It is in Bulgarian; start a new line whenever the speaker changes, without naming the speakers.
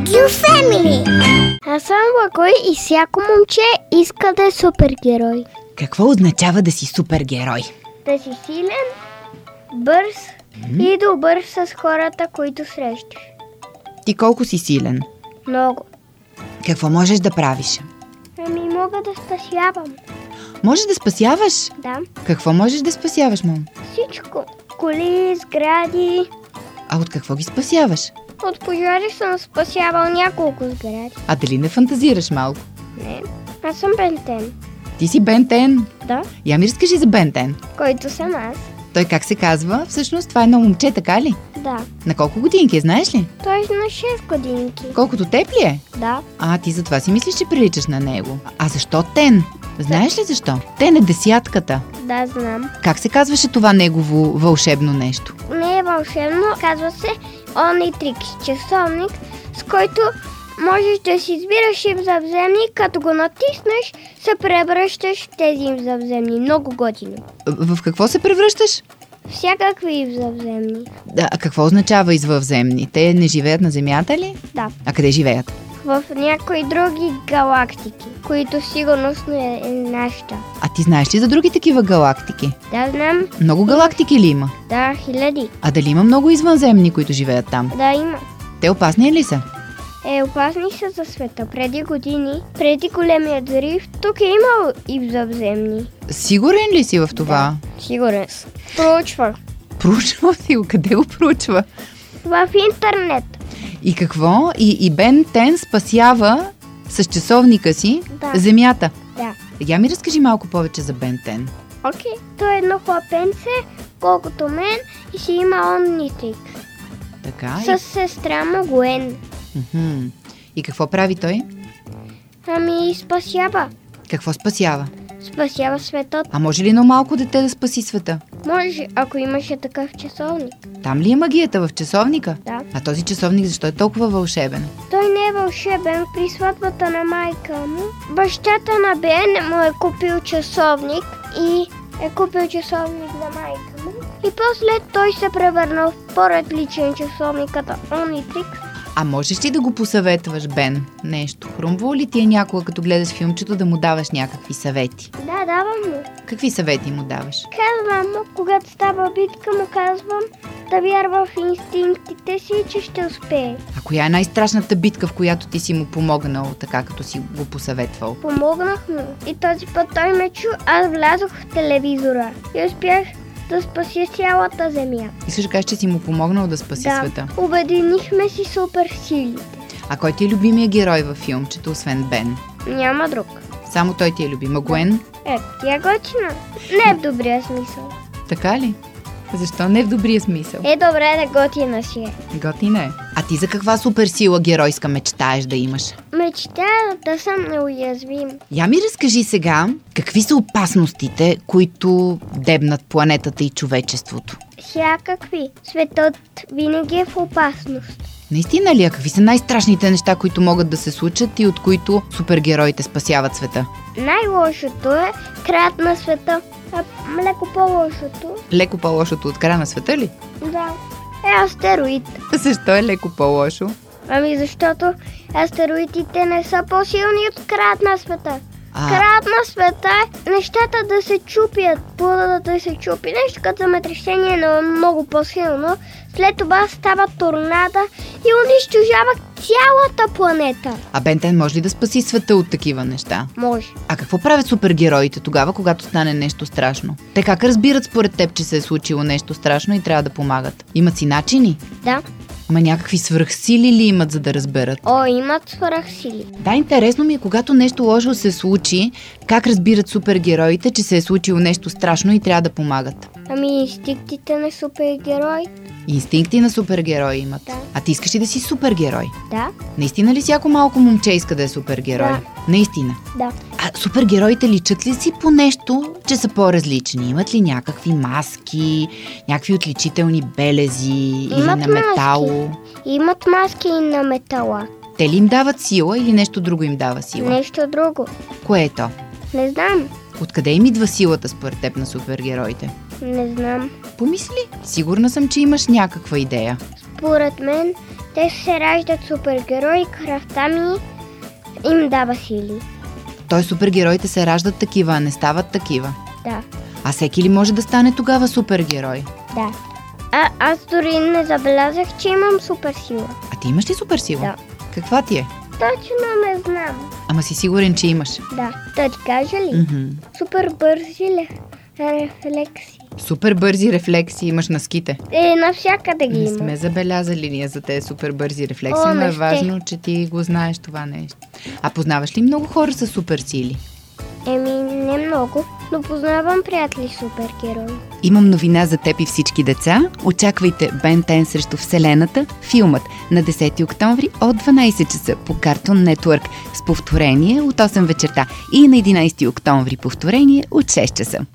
Family! Аз съм Благой и всяко момче иска да е супергерой.
Какво означава да си супергерой?
Да си силен, бърз и добър с хората, които срещаш.
Ти колко си силен?
Много.
Какво можеш да правиш?
Ами мога да спасявам.
Можеш да спасяваш?
Да.
Какво можеш да спасяваш, мам?
Всичко. Коли, сгради.
А от какво ги спасяваш?
От пожари съм спасявал няколко сгради.
А дали не фантазираш малко?
Не. Аз съм Бентен.
Ти си Бентен.
Да.
Я ми разкажи за Бентен.
Който съм аз.
Той как се казва? Всъщност това е едно момче, така ли?
Да.
На колко годинки, е, знаеш ли?
Той е на 6 годинки.
Колкото теб ли е?
Да.
А, ти затова си мислиш, че приличаш на него. А защо Тен? Знаеш ли защо? Тен е десятката.
Да, знам.
Как се казваше това негово вълшебно нещо?
Не е вълшебно, казва се Only Tricks, часовник, с който можеш да си избираш им завземни, като го натиснеш, се превръщаш в тези им завземни. Много готино.
В какво се превръщаш?
Всякакви им завземни.
Да, а какво означава извъвземни? Те не живеят на Земята ли?
Да,
А къде живеят?
в някои други галактики, които сигурно не е нашата.
А ти знаеш ли за други такива галактики?
Да, знам.
Много галактики ли има?
Да, хиляди.
А дали има много извънземни, които живеят там?
Да, има.
Те опасни ли са?
Е, опасни са за света. Преди години, преди големия взрив, тук е имало и завземни.
Сигурен ли си в това?
Сигурен съм. Проучвах.
Проучва си го, къде го проучва?
е В интернет.
И какво? И, и Бен Тен спасява с часовника си
Да.
Земята.
Да.
Я ми разкажи малко повече за Бен Тен.
Окей. Той е едно хлапенце, колкото мен, и си има оннитик.
Така.
С сестра му Гуен.
И... Мгм. и какво прави той?
Ами, спасява.
Какво спасява?
Спасява светът.
А може ли едно малко дете да спаси света?
Може, ако имаше такъв часовник.
Там ли е магията в часовника?
Да.
А този часовник защо е толкова вълшебен?
Той не е вълшебен. При сватбата на майка му, бащата на Бен му е купил часовник и е купил часовник за майка му. И после той се превърнал в по-различен часовник като Онитик.
А можеш ли да го посъветваш, Бен? Нещо. Хрумва ли ти е някога, като гледаш филмчето, да му даваш някакви съвети?
Да, давам му.
Какви съвети му даваш?
Казвам му, когато става битка, му казвам да вярва в инстинктите си, че ще успее.
А коя е най-страшната битка, в която ти си му помогнал, така като си го посъветвал?
Помогнах му и този път той ме чу, аз влязох в телевизора и успях да спася цялата земя.
И също кажеш, че си му помогнал да спаси
да,
света.
обединихме си супер сили.
А кой ти е любимия герой във филмчето, освен Бен?
Няма друг.
Само той ти е любим. А Гуен?
Е, тя готина. Не е в добрия смисъл.
Така ли? Защо не в добрия смисъл?
Е, добре да готина си е.
Готина е. А ти за каква суперсила геройска мечтаеш да имаш?
Мечтая е да съм неуязвим.
Я ми разкажи сега, какви са опасностите, които дебнат планетата и човечеството?
Всякакви. Светът винаги е в опасност.
Наистина ли, а какви са най-страшните неща, които могат да се случат и от които супергероите спасяват света?
Най-лошото е краят на света. А леко по-лошото,
Леко по-лошото от края на света ли?
да, е астероид.
Защо е леко по-лошо?
Ами защото астероидите не са по-силни от краят на света.
А.
Краят на света е нещата да се чупят, плода да се чупи, нещо като земетресение, но е много по-силно. След това става торнада и унищожава цялата планета.
А Бентен може ли да спаси света от такива неща?
Може.
А какво правят супергероите тогава, когато стане нещо страшно? Те как разбират според теб, че се е случило нещо страшно и трябва да помагат? Имат си начини?
Да.
Ама някакви свръхсили ли имат, за да разберат?
О, имат свръхсили.
Да, интересно ми е, когато нещо лошо се случи, как разбират супергероите, че се е случило нещо страшно и трябва да помагат?
Ами инстинктите на супергерой?
Инстинкти на супергерои имат.
Да.
А ти искаш ли да си супергерой?
Да.
Наистина ли всяко малко момче иска да е супергерой?
Да.
Наистина.
Да.
А супергероите личат ли си по нещо, че са по-различни? Имат ли някакви маски, някакви отличителни белези или на
Имат
метало?
Имат маски и на метала.
Те ли им дават сила или нещо друго им дава сила?
Нещо друго.
Кое е то?
Не знам.
Откъде им идва силата според теб на супергероите?
Не знам.
Помисли, сигурна съм, че имаш някаква идея.
Според мен Те се раждат супергерои, кръвта ми им дава сили.
Той супергероите се раждат такива, а не стават такива.
Да,
А всеки ли може да стане тогава супергерой?
да. А, аз дори не забелязах, че имам супер сила.
А ти имаш ли суперсила?
Да.
Каква ти е?
Точно не знам. да.
Ама си сигурен, че имаш.
Да, да ти кажа ли?
Мгм.
Супер бързи ле- рефлекси.
Супер бързи рефлекси имаш на ските.
Е, навсякъде ги
Не
има.
сме забелязали ние за тези супер бързи рефлекси,
О,
но
не
е
ще.
важно, че ти го знаеш това нещо. А познаваш ли много хора с супер сили?
Еми, не много, но познавам приятели супергерои.
Имам новина за теб и всички деца. Очаквайте Бен Тен срещу Вселената, филмът на 10 октомври от 12 часа по Cartoon Network с повторение от 8 вечерта и на 11 октомври повторение от 6 часа.